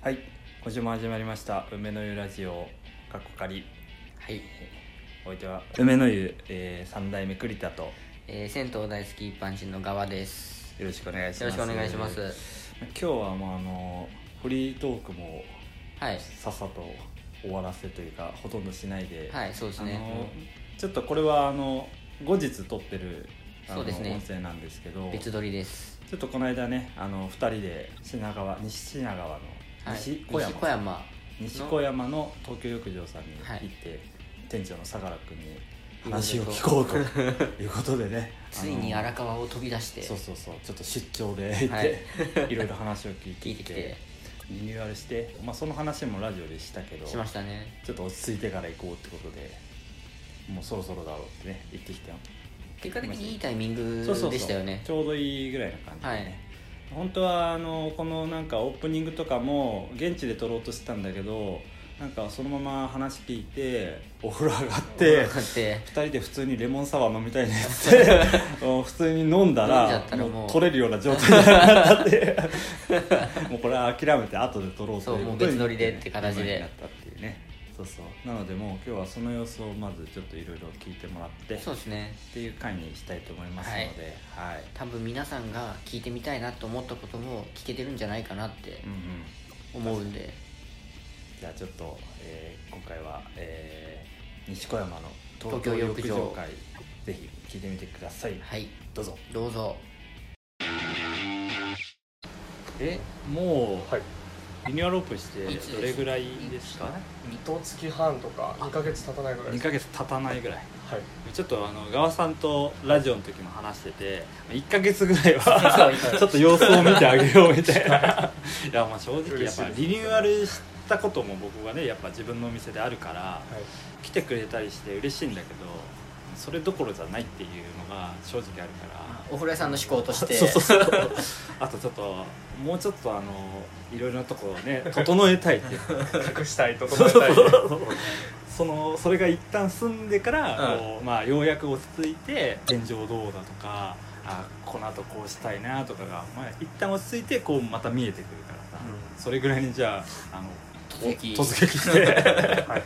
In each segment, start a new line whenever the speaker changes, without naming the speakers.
はい今週も始まりました梅の湯ラジオかっこかり
はい、
お相手は梅の湯、えー、3代目栗田とよ
えー、銭湯大好き一般人の側です
ろしくお願いし
よ
ま
ろ
す
しくお願いします
今日はもうあのフリートークも
はい
さっさと終わらせというかほとんどしないで、
はいそうです
あの
ね
ちょっとこれはあの後日撮ってるあの
そうですね
音声なんですけど
別撮りです
ちょっとこの間ねあの2人で品川西品川の
はい
西小山
西小山
西小山の東京浴場さんに
はい
行って、店長の相良君に話を聞こうということでね
ついに
あの
荒川を飛び出して
そうそうそうちょっと出張で行って、
はい い、
ろいろ話を聞いて
聞いてきて
リニューアルして、まあ、その話もラジオでしたけど
しましたね
ちょっと落ち着いてから行こうってことでもうそろそろだろうってね行ってきたよ
結果的にいいタイミング
そうそうそう
でしたよね
ちょうどいいぐらいの感じでね、本当はあのこのなんかオープニングとかも現地で撮ろうとしてたんだけどなんかそのまま話聞いてお風呂上がって
こうやって
2人で普通にレモンサワー飲みたいね ってもう普通に飲んだ
飲んじゃ
ら
ったらもう
もう取れるような状態になったって いうもうこれは諦めて後で取ろうという
そうも
こ
う
とに
別乗りでって形で
今になったっていうねそうそうなのでもう今日はその様子をまずちょっといろいろ聞いてもらって
そうですね
っていう回にしたいと思いますので、はい
多分皆さんが聞いてみたいなと思ったことも聞けてるんじゃないかなって
うんうん、
思うんで
じゃあちょっと、えー今回は、えー西小山の東
東
京
京
浴
浴場
場会ぜひ聞いてみてください
はい
どうぞ
どうぞえ
もう、
はい
リニューアルオープンして
いつ
どれぐらいですか
一月半とか2ヶ月経たないぐら
2
いです
ヶ月経たないぐらい
はい
ちょっとあの川さんとラジオの時も話してて1ヶ月ぐらい
そう
は
一ヶ月
ちょっと様子を見てあげようみたいないやまあ正直や
嬉
っ
しい
ぱ
です
リニューアルしたことも僕がねやっぱ自分のお店であるから
はい
来てくれたりして嬉しいんだけどそれどころじゃないっていうのが正直あるから
お風呂屋さんの思考として
そうそうそうあとちょっともうちょっとあのいろいろなところを ね整えたいっていう
隠したいと
そ
整
う
え
そう
た い
そうそうそのそれが一旦済んでから、
うん
こうまあ、ようやく落ち着いて現状どうだとかあこの後こうしたいなとかが、まあ、一旦落ち着いてこうまた見えてくるからさ、
う
それぐらいにじゃああの
突撃
お突撃してはい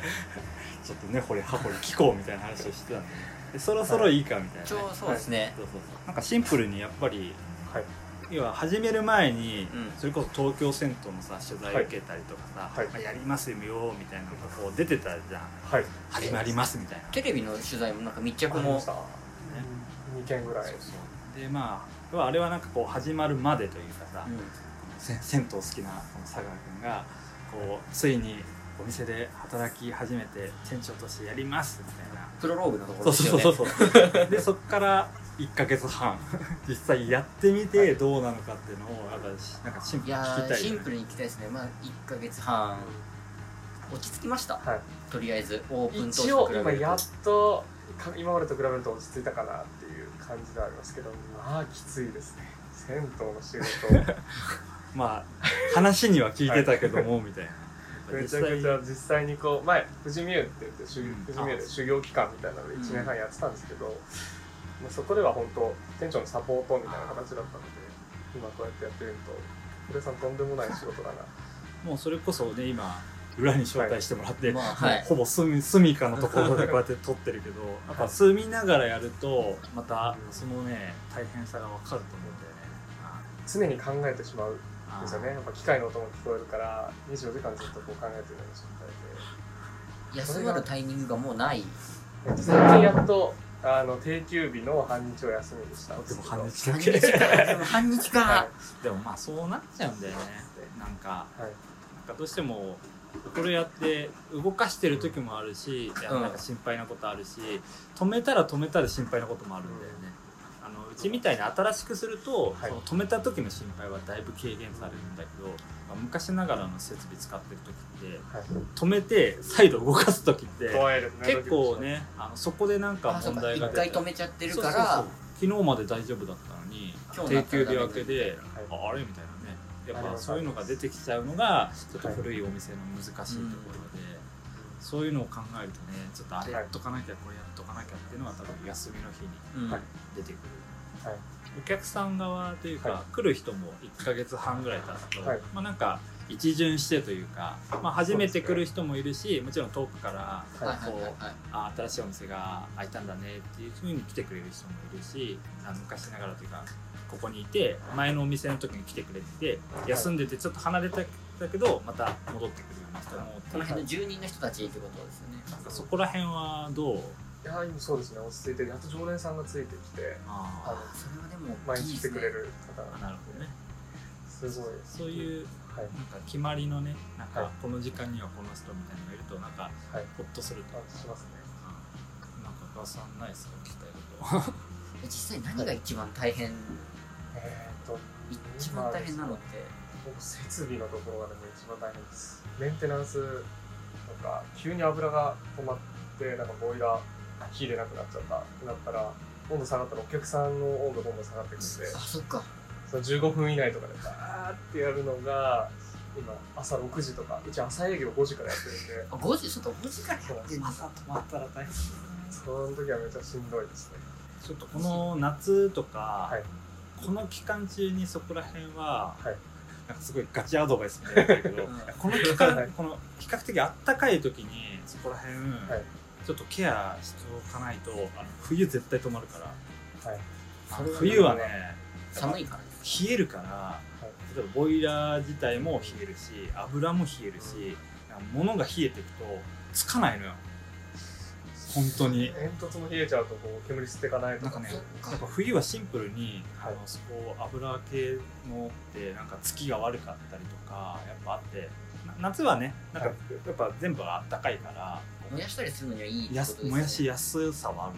ちょっとね掘り葉掘り聞こうみたいな話をしてたんででそろそろいいかみたいなね、
そうそうですね
そうそうそうなんかシンプルにやっぱり
はい
要は始める前に、
うん
それこそ東京銭湯のさ取材受けたりとかさ、
はい
まあ、やりますよみたいなのがこう出てたじゃん
はい
始まりますみたいな、
テレビの取材もなんか密着
ありま
も
した2件ぐらい
そうそうでまあ要はあれはなんかこう始まるまでというかさ、
う
せ銭湯好きなこの佐川君がこうついにお店で働き始めて店長としてやりますみたいなん
プロローグのとこ
そうそう
ろですよね
そうそうでそっから1か月半 実際やってみてどうなのかっていうのをやっぱしなんかシンプル
い
に
や
聞き
ー
たい
シ
よ
ン
ね
プルに行きたいですねまあ1か月半落ち着きました
はい
とりあえずオープン当
一
初
応
と比べると
今やっとか今までと比べると落ち着いたかなっていう感じではありますけどまあきついですね銭湯の仕事
まあ話には聞いてたけども、みたいな
めちゃくちゃ
実
実際にこう前富士見湯って言って修
うん
富士見湯で修行期間みたいなので1年半やってたんですけど、まあ、そこでは本当店長のサポートみたいな形だったので今こうやってやってみると古江さんとんでもない仕事だな
際もうそれこそね今裏に招待してもらって、
まあはい
ほぼ住み住みかのところでこうやって撮ってるけ どやっぱ住みながらやるとまたそのね大変さが分かると思うんだよね
常に考えてしまうん
あー
ですよねやっぱ機械の音も聞こえるから24時間ずっとこう考えてるような状態
休まるタイミングがもう ない
でで最近やっとあの定休日の半日を休みにしたんで
ですも
けど
半日だ
半
け
日かでも半日
は
か
でもまあそうなっちゃうんだよねなんか
い、はい、
なんかどうしてもこれやって動かしてる時もあるしいや
うん
なんか心配なことあるし止めたら止めたら心配なこともあるんだよね、うあのうちみたいに新しくすると、
はい
その止めた時の心配はだいぶ軽減されるんだけど、まあ昔ながらの設備使ってる時って止めて再度動かす時って
はい、怖いですね
結構ねあのそこでなんか
あそう
問
か
題が
1
出て
回止めちゃってるか
そうそう
ら
そう昨日まで大丈夫だったのに
今日に
定
なったら
休
ダ
日
メ
明けで、
は
ああれみたいなねや
あり
っぱ
ます
そういうのが出てきちゃうのがちょっと古いお店の難しいところで、そういうのを考えるとねちょっとあれやっとかなきゃこれやっとかなきゃっていうのが多分休みの日に
うん
はい
出てくる
はい
お客さん側というか、
は
来る人も1ヶ月半ぐらい経つと、
はい
まあなんか一巡してというか、まあ、初めて来る人もいるし、もちろん遠くから
はい
こ
は
う
いはいはい
あ新しいお店が開いたんだねっていうふうに来てくれる人もいるしあの昔ながらというかここにいて前のお店の時に来てくれてて休んでてちょっと離れただけどまた戻ってくるような人も
こ
多
の
いか
辺の住人の人たちってことですよね
らそこら辺はどう
いや今そうですね落ち着いてやっと常連さんがついてきて
あ
あそれはでも
毎
いい
日
で
来
す
てく
ね
れる方
あ
が
なるほどね
すごい
そういう
はい
なんか決まりのねなんか
はい
この時間にはこの人みたいなのがいるとなんか
はい
ほっとするというか
あしますね
うんなんかお母さんないですか聞きたい ことは
え実際何が一番大変
えーっと
一番大変なのって
僕設備のところがでも一番大変ですメンテナンスとか急に油が止まってなんかボイラー火入れなくなっちゃったってなったら温度下がったらお客さんの温度どんどん下がってくるんで
あそっか
その15分以内とかでバーってやるのが今朝6時とかうち朝営業5時からやってるんで
あ5時ちょっと5時からやってんだ
止まったら大変
その時はめっちゃしんどいですね
ちょっとこの夏とか、
はい
この期間中にそこら辺は、
はい
なんかすごいガチアドバイスみたいになってるけど、
うん
この期間、
はい
この比較的あったかい時にそこら辺、
い
ちょっとケアしておかないとあの冬絶対止まるから
はい
あの
それはね
冬はね
寒いからです
冷えるから例えばボイラー自体も冷えるし油も冷えるし、なんか物が冷えていくとつかないのよ本当に
煙突も冷えちゃうとこう煙吸っていかないと
なん
か
かね
そっ
なんか
か
冬はシンプルに、
はい
あのそこ油系のってなんか月が悪かったりとかやっぱあってな夏はねなんか、
はい
やっぱ全部あったかいから
燃やしたりするのにはいいって
や
ことですね
もやしやすさはあ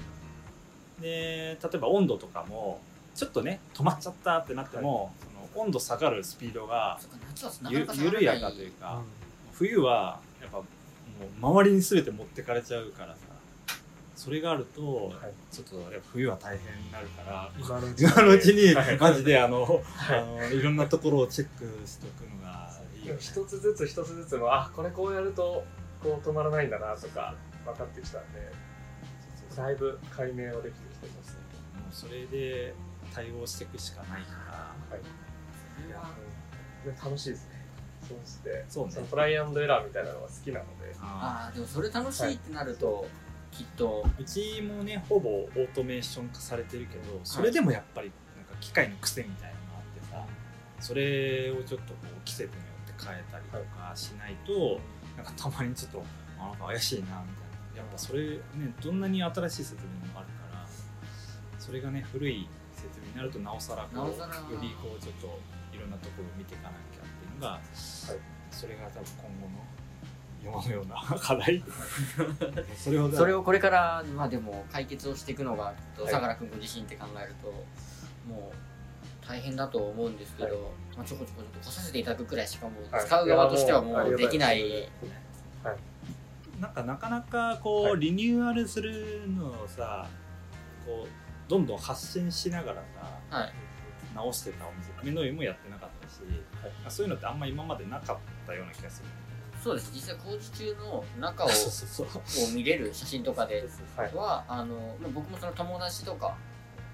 るで例えば温度とかもちょっとね止まっちゃったってなっても、その温度下がるスピードが
そっか夏はなか
ゆ
なか
緩やかというか、冬はやっぱもう周りに全て持ってかれちゃうからさそれがあると、
はい
ちょっとやっぱ冬は大変になるから
今のう
今のうちに
はい
マジであのあのいろんなところをチェックしておくのがいい
で
よ
も
ね
一つずつ一つずつのあこれこうやるとこう止まらないんだなとか分かってきたんでだいぶ解明はできてきてますね
もうそれで対応していくしかないから
はい
それは
うんで楽しいですねそうして
そうね
そのトライアンドエラーみたいなのが好きなので
あ
ああでもそれ楽しいってなると、きっと
ーうちもねほぼオートメーション化されてるけどそれでもやっぱりなんか機械の癖みたいなのがあってさそれをちょっとこう季節によって変えたりとかしないとなんかたまにちょっとあなんか怪しいなみたいなやっぱそれねどんなに新しい設備もあるからそれがね古い設備になるとなおさらこう
なおさら
よりこうちょっといろんなところを見ていかなきゃっていうのが、それが多分今後の世のような 課題それを
それ
を
をこれからまあでも解決をしていくのがきっと相良君ご自身って考えると、もう大変だと思うんですけど、
はい
まあ、ちょこちょこちょっと来させていただくくらいしかもう
はい
使う側としてはも
いやもう
うできない、
ありがたい
なんかなかなかこう、
はい
リニューアルするのをさこうどんどん発信しながらさ
はい、
直してたお店目の上もやってなかったし、
はい
そういうのってあんま今までなかったような気がする
そうです実際工事中の中を
そうそうそう
こう見れる写真とかで
はい
はあのまあ僕もその友達とか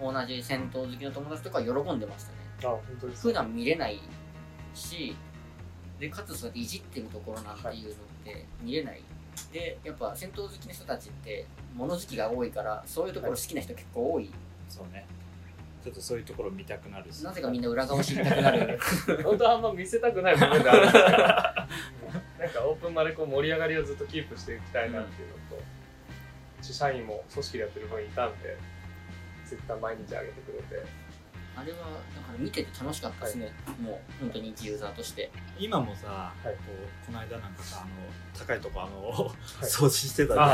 同じ銭湯好きの友達とかは喜んでましたね
あ本当です
普段見れないしでかつそうやっていじってるところなんていうのって見れない、でやっぱ戦闘好きの人たちって物好きが多いからそういうところ好きな人結構多い、
そうねちょっとそういうところ見たくなるし
なぜかみんな裏側知りたくなる
本当はあんま見せたくない部分であるんですけどなんかオープンまでこう盛り上がりをずっとキープしていきたいなっていうのと、うち社員も組織でやってる分いたんでツイッター毎日上げてくれて
あれはだから見てて楽しかったですね、もう本当に一ユーザーと して
今もさ、
はい
こうこの間なんかさあの高いとこあの、
い
掃除してたじゃん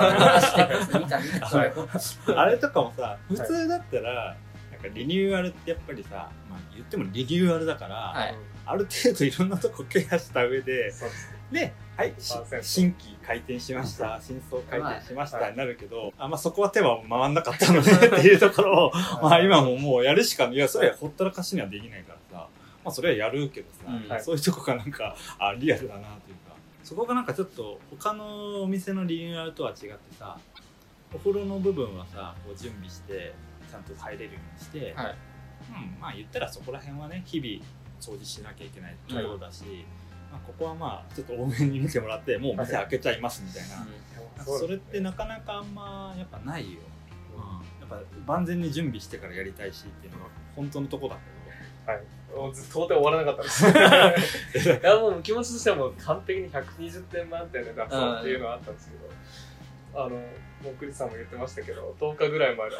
あ
見た見たそれを
あれとかもさ普通だったら、なんかリニューアルってやっぱりさ、まあ、言ってもリニューアルだから、
はい
ある程度いろんなとこケアした上で
そうですね
で、はい、し
100%
新規開店しました新装開店しました、
はい
になるけどあ、まあ、そこは手は回んなかったのねっていうところをまあ今ももうやるしかいやそれはほったらかしにはできないからさ、まあ、それはやるけどさ、
うん
はい
そういうとこがなんかあリアルだなというかそこがなんかちょっと他のお店のリニューアルとは違ってさお風呂の部分はさこう準備してちゃんと入れるようにして、
はい
うん、まあ言ったらそこら辺はね日々掃除しなきゃいけないところだし、まあ、ここはまあちょっと多めに見てもらってもう店開けちゃいますみたいな、なんかそれってなかなかあんまやっぱないよ、うん、やっぱ万全に準備してからやりたいしっていうのが本当のとこだ
もうず到底終わらなかったです いやもう気持ちとしてはもう完璧に120点満点で出そうっていうのはあったんですけどあのもうクリスさんも言ってましたけど10日ぐらい前であ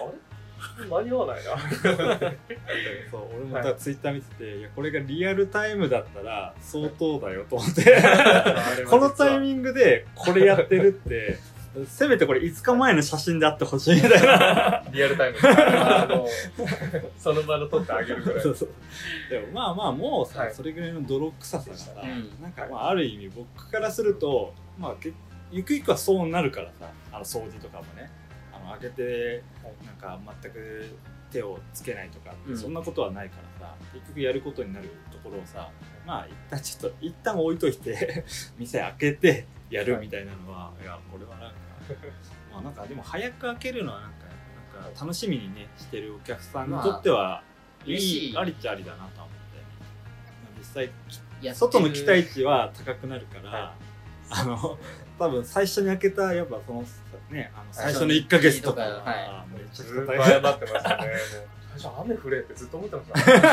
れ間に合わな いな
けど そう俺もだからツイッター見てて、い、やこれがリアルタイムだったら相当だよと思って このタイ
ング
ミングでこれやってる ってせめてこれ5日前の写真であってほしいみたいな
リアルタイムであの その場の撮ってあげるぐらい
そうそうでもまあまあもうさ、
はい
それぐらいの泥臭さだから、
うん
なんかまあある意味僕からするとまあけゆくゆくはそうなるからさあの掃除とかもねあの開けてなんか全く手をつけないとか、
うん
そんなことはないからさ結局やることになるところをさまあ一旦ちょっと一旦置いといて 店開けてやるみたいなのは、い、やこれはなんかまあなんかでも早く開けるのはなんかなんか楽しみにねしてるお客さんにとっては、い
嬉し
い
い
ありっちゃありだなとは思って、まあ実際
やってる
外の期待値は高くなるから、
は
あの多分最初に開けたやっぱそのねあの最初の1ヶ月とか
はい
はめち
ず
ゃ
っ
く
と
ちゃ大変
謝ってましたねもう最初雨降れってずっと思ってま したね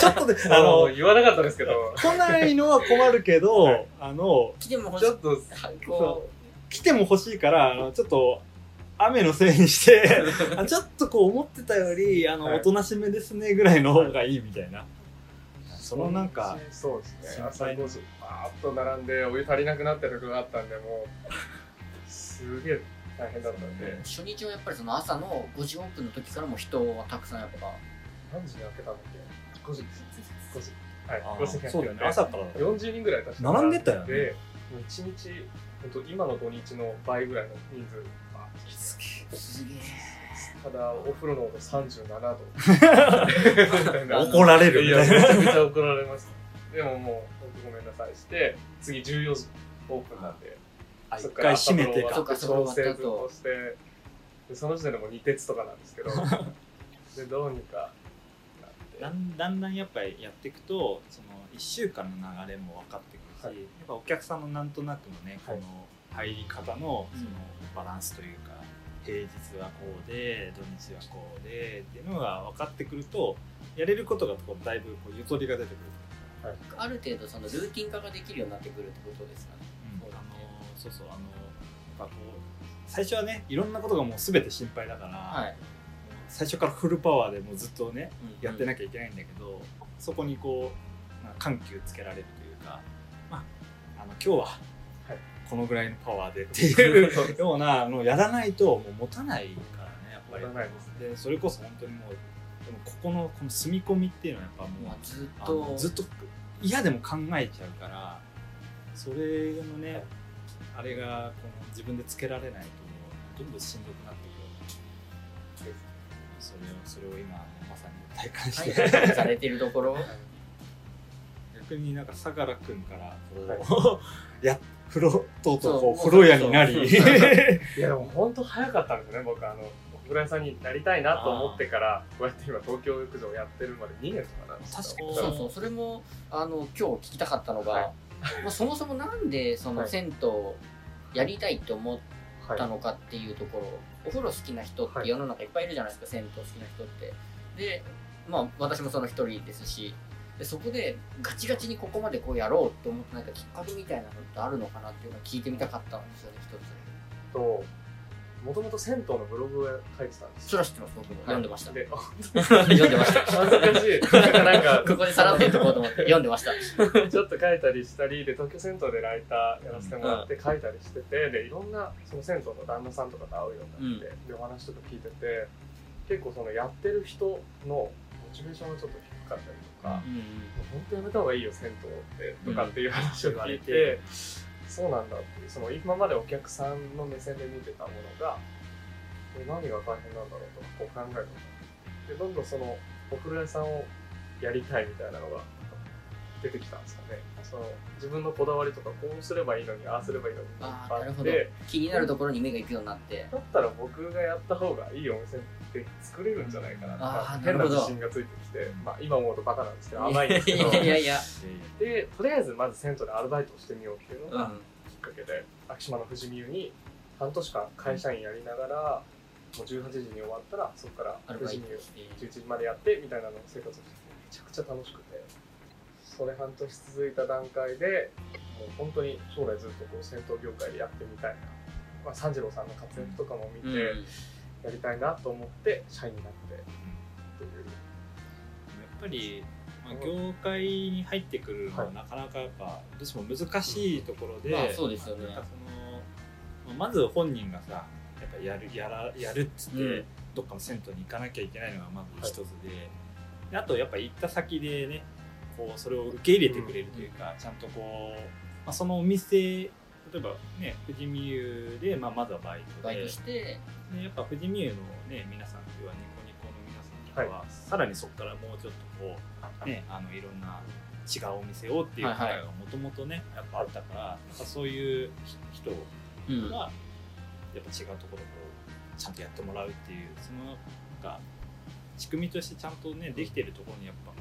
ちょっとで、あ
あの
の、
言わなかったですけど
来ないのは困るけど、
はい
あの、
来ても欲し
ち
い
ょっと
こ
来ても欲しいから、あの、ちょっと、雨のせいに して、あちょっとこう思ってたより、あの、
はい
おとなしめですねぐらいの方がいいみたいな。そのなんか、
そうですね
心
朝
配
5時バーッと並んでお湯足りなくなったとこがあったんでもうすげえ大変だったんで
う初日はやっぱりその朝の5時オープンの時からも人はたくさんやっぱ
何時に開けたんだっけ5時5時はい
あ
5時に開けて
そうだよね、朝からだよ
40人ぐらい確か
並んでたよね
でもう1日本当今の土日の倍ぐらいの人数バーッと来て
すげえ
ただお風呂の温度37 度
怒られる
い
み
や
た
め
いな。
ちゃめちゃ怒られますでももう本当ごめんなさいして次14時オープンなんで
あ一回閉めて
そ
か
う。か
調整ずっとしてでその時点でもう二鉄とかなんで すけどでどうにかな
だ
っ
んだんだんやっぱりやっていくとその1週間の流れも分かってくるし、
はい
やっぱお客さんのなんとなくのね、
はい
この入り方の
うん
そのバランスというか、平日はこうで土日はこうでっていうのが分かってくるとやれることがこうだいぶこうゆとりが出てくる
ある程度そのルーティン化ができるようになってくるってことですかね
うん
そう
あ
だね
のそうそうあのやっぱこう最初はねいろんなことがもう全て心配だから、
はい
最初からフルパワーでもうずっとねやってな
く
きゃいけないんだけど、そこにこう、まあ、緩急つけられるというか、まあ、あの今日はこのぐらいのパワーでって
て
いう
そうです
ようなのをやらないともう持たないからねやっぱり
持たないです
でそれこそ本当にもうでもここのこの住み込みっていうのはやっぱもう
もうずっ
あの
と
ずっと嫌でも考えちゃうからそれのね、
はい
あれがこの自分でつけられないとどんどんしんどくなってくるそれをそれを今まさに体感して、
体感されてると ころ
逆になんか相良君から
はい
こう、 や風呂とうとうこ
そう
う風呂屋になり
そうそう
いやでも本当早かったんですね僕あのお風呂屋さんになりたいなと思ってからこうやって今東京浴場やってるまで2年とかなんです
確かに
そうそうそれもあの今日聞きたかったのが、
はい
まあ、そもそもなんでその
はい
銭湯やりたいって思っ
はい
たのかっていうところ、お風呂好きな人っ
は
て
い
世の中いっぱいいるじゃないですか、銭湯好きな人ってでまあ私もその一人ですしでそこでガチガチにここまでこうやろうと思ってなんかきっかけみたいなのってあるのかなっていうのを聞いてみたかったんですよね一
ともともと銭湯のブログを書いてたんで
つ
す
そ
よ
ら知ってます僕も読んで ました
で
読んでました
恥ずかしいなんか
ここでさらって言っと こうと思って読んでました
ちょっと書いたりしたりで東京銭湯でライターやらせてもらって書いたりしててでいろんなその銭湯の旦那さんとかと会うようになって、でお話とか聞いてて結構そのやってる人のモチベーションがちょっと低かったりとか、もう
うん
本当やめた方がいいよ銭湯ってとかっていう話を聞いて、そうなんだっていうその今までお客さんの目線で見てたものがえ何が大変なんだろうとかこう考えたのでどんどんそのお風呂屋さんをやりたいみたいなのが出てきたんですかねその自分のこだわりとかこうすればいいのにああすればいいのにいっ
あ
ぱ
ー
い
な
あ
る
っ
ほど
て
気になるところに目が行くようになって
だったら僕がやった方がいいお店って作れるんじゃないかなと
あ
か
ーな
変
る
な
ほど
自信がついてきて、まあ、今思うとバカなんですけど甘いんです
い
けど
やいやいや
でとりあえずまず銭湯でアルバイトをしてみようっていうの
う
が
ん
きっかけで、秋島の富士見湯に半年間会社員やりながらもう18時に終わったらそこか
ア
ら
ル
富
バ
士
イ
見
ト
湯
して
11時までやってみたいなのを生活をしててめちゃくちゃ楽しくてそれ半年続いた段階でもう本当に将来ずっとこう銭湯業界でやってみたいな、まあ、三次郎さんの活躍とかも見て
うん
やりたいなと思って社員になってっていう
っぱり、まあ、業界に入ってくるのはなかなかやっぱどうしても難しいところで、
まあそうですよね
なんかそのまあまず本人がさやっぱやるやらやるっつって、
うん
どっかの銭湯に行かなきゃいけないのがまず一つで,、であとやっぱ行った先でねこうそれを受け入れてくれるというか、ちゃんとこう、まあ、そのお店例えばね富士見湯で、まあ、まずはバイト
バイ
で
トして
でやっぱ富士見湯のね皆さんというはニコニコの皆さんとかは、さらにそこからもうちょっとこうねあのいろんな違うお店をっていう機会がもともとねやっぱあったから、なんかそういう人
うん
がやっぱ違うところをちゃんとやってもらうっていうそのなんか仕組みとしてちゃんとねできてるところにやっぱこ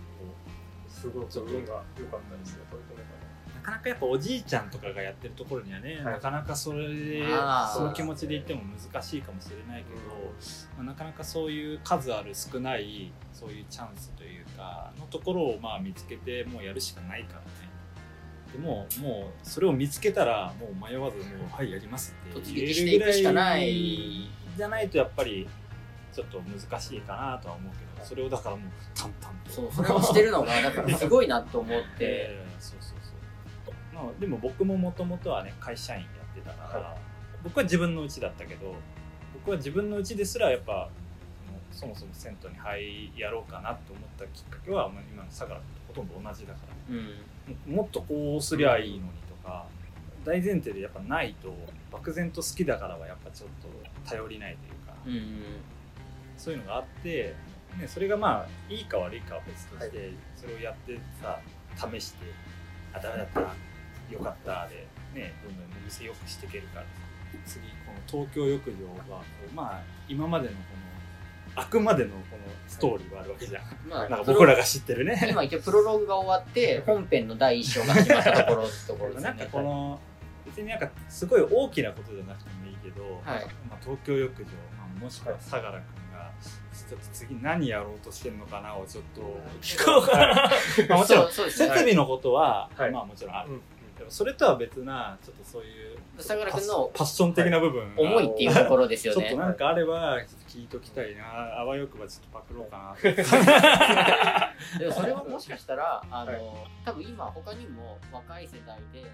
すごく運が良かったですね取り留めた
う
の
なかなかやっぱおじいちゃんとかがやってるところにはね、
はい
なかなかそれで
あー
その気持ちで言っても難しいかもしれないけど、まあなかなかそういう数ある少ないそういうチャンスというかのところをまあ見つけてもうやるしかないからねでもうもうそれを見つけたらもう迷わずもう「はいやります」って
突
言
撃
え
して
る
い
ぐ
く
ら
しかないい
じゃないとやっぱりちょっと難しいかなとは思うけどそれをだからもう淡々と
そうそれをしてるのがだからすごいなと思って
えーそうそうそう、まあ、でも僕ももともとはね会社員やってたから、
は
僕は自分の家だったけど僕は自分の家ですらやっぱそのそもそも銭湯に入やろうかなと思ったきっかけはまあ今の相良とほとんど同じだから
うん
もっとこうすりゃいいのにとか、大前提でやっぱないと漠然と好きだからはやっぱちょっと頼りないというか、
うんうん
そういうのがあって、ね、それがまあいいか悪いかは別として、それをやってさ試してあダメだったよかったで、ね、どんどんお店よくしていけるから次この東京浴場はこうまあ今までのこのあくまでのこのストーリーがあるわけじゃん、
まあ
なんか僕らが知ってるね
今一応プロローグが終わって本編の第一章が始まったところってところです
な
よ
んか
ね
この別になんかすごい大きなことじゃなくてもいいけど、
はい
まあ、東京浴場、まあ、もしくは相良君がちょっと次何やろうとしてるのかなをちょっと聞こうかな、ま あもちろん
そうそうです
設
ね
備のことは、
はい
まあもちろんある、
うんうん
でもそれとは別なちょっとそういう
相良
パ
君
ス
の
パッション的な部分が
思いっていうところですよ
ちょっ
ね
となんかあれば聞いときたいなあわよくばちょっとパクろうかなって
でもそれはもしかしたらあの、
はい
多分今他にも若い世代で銭湯を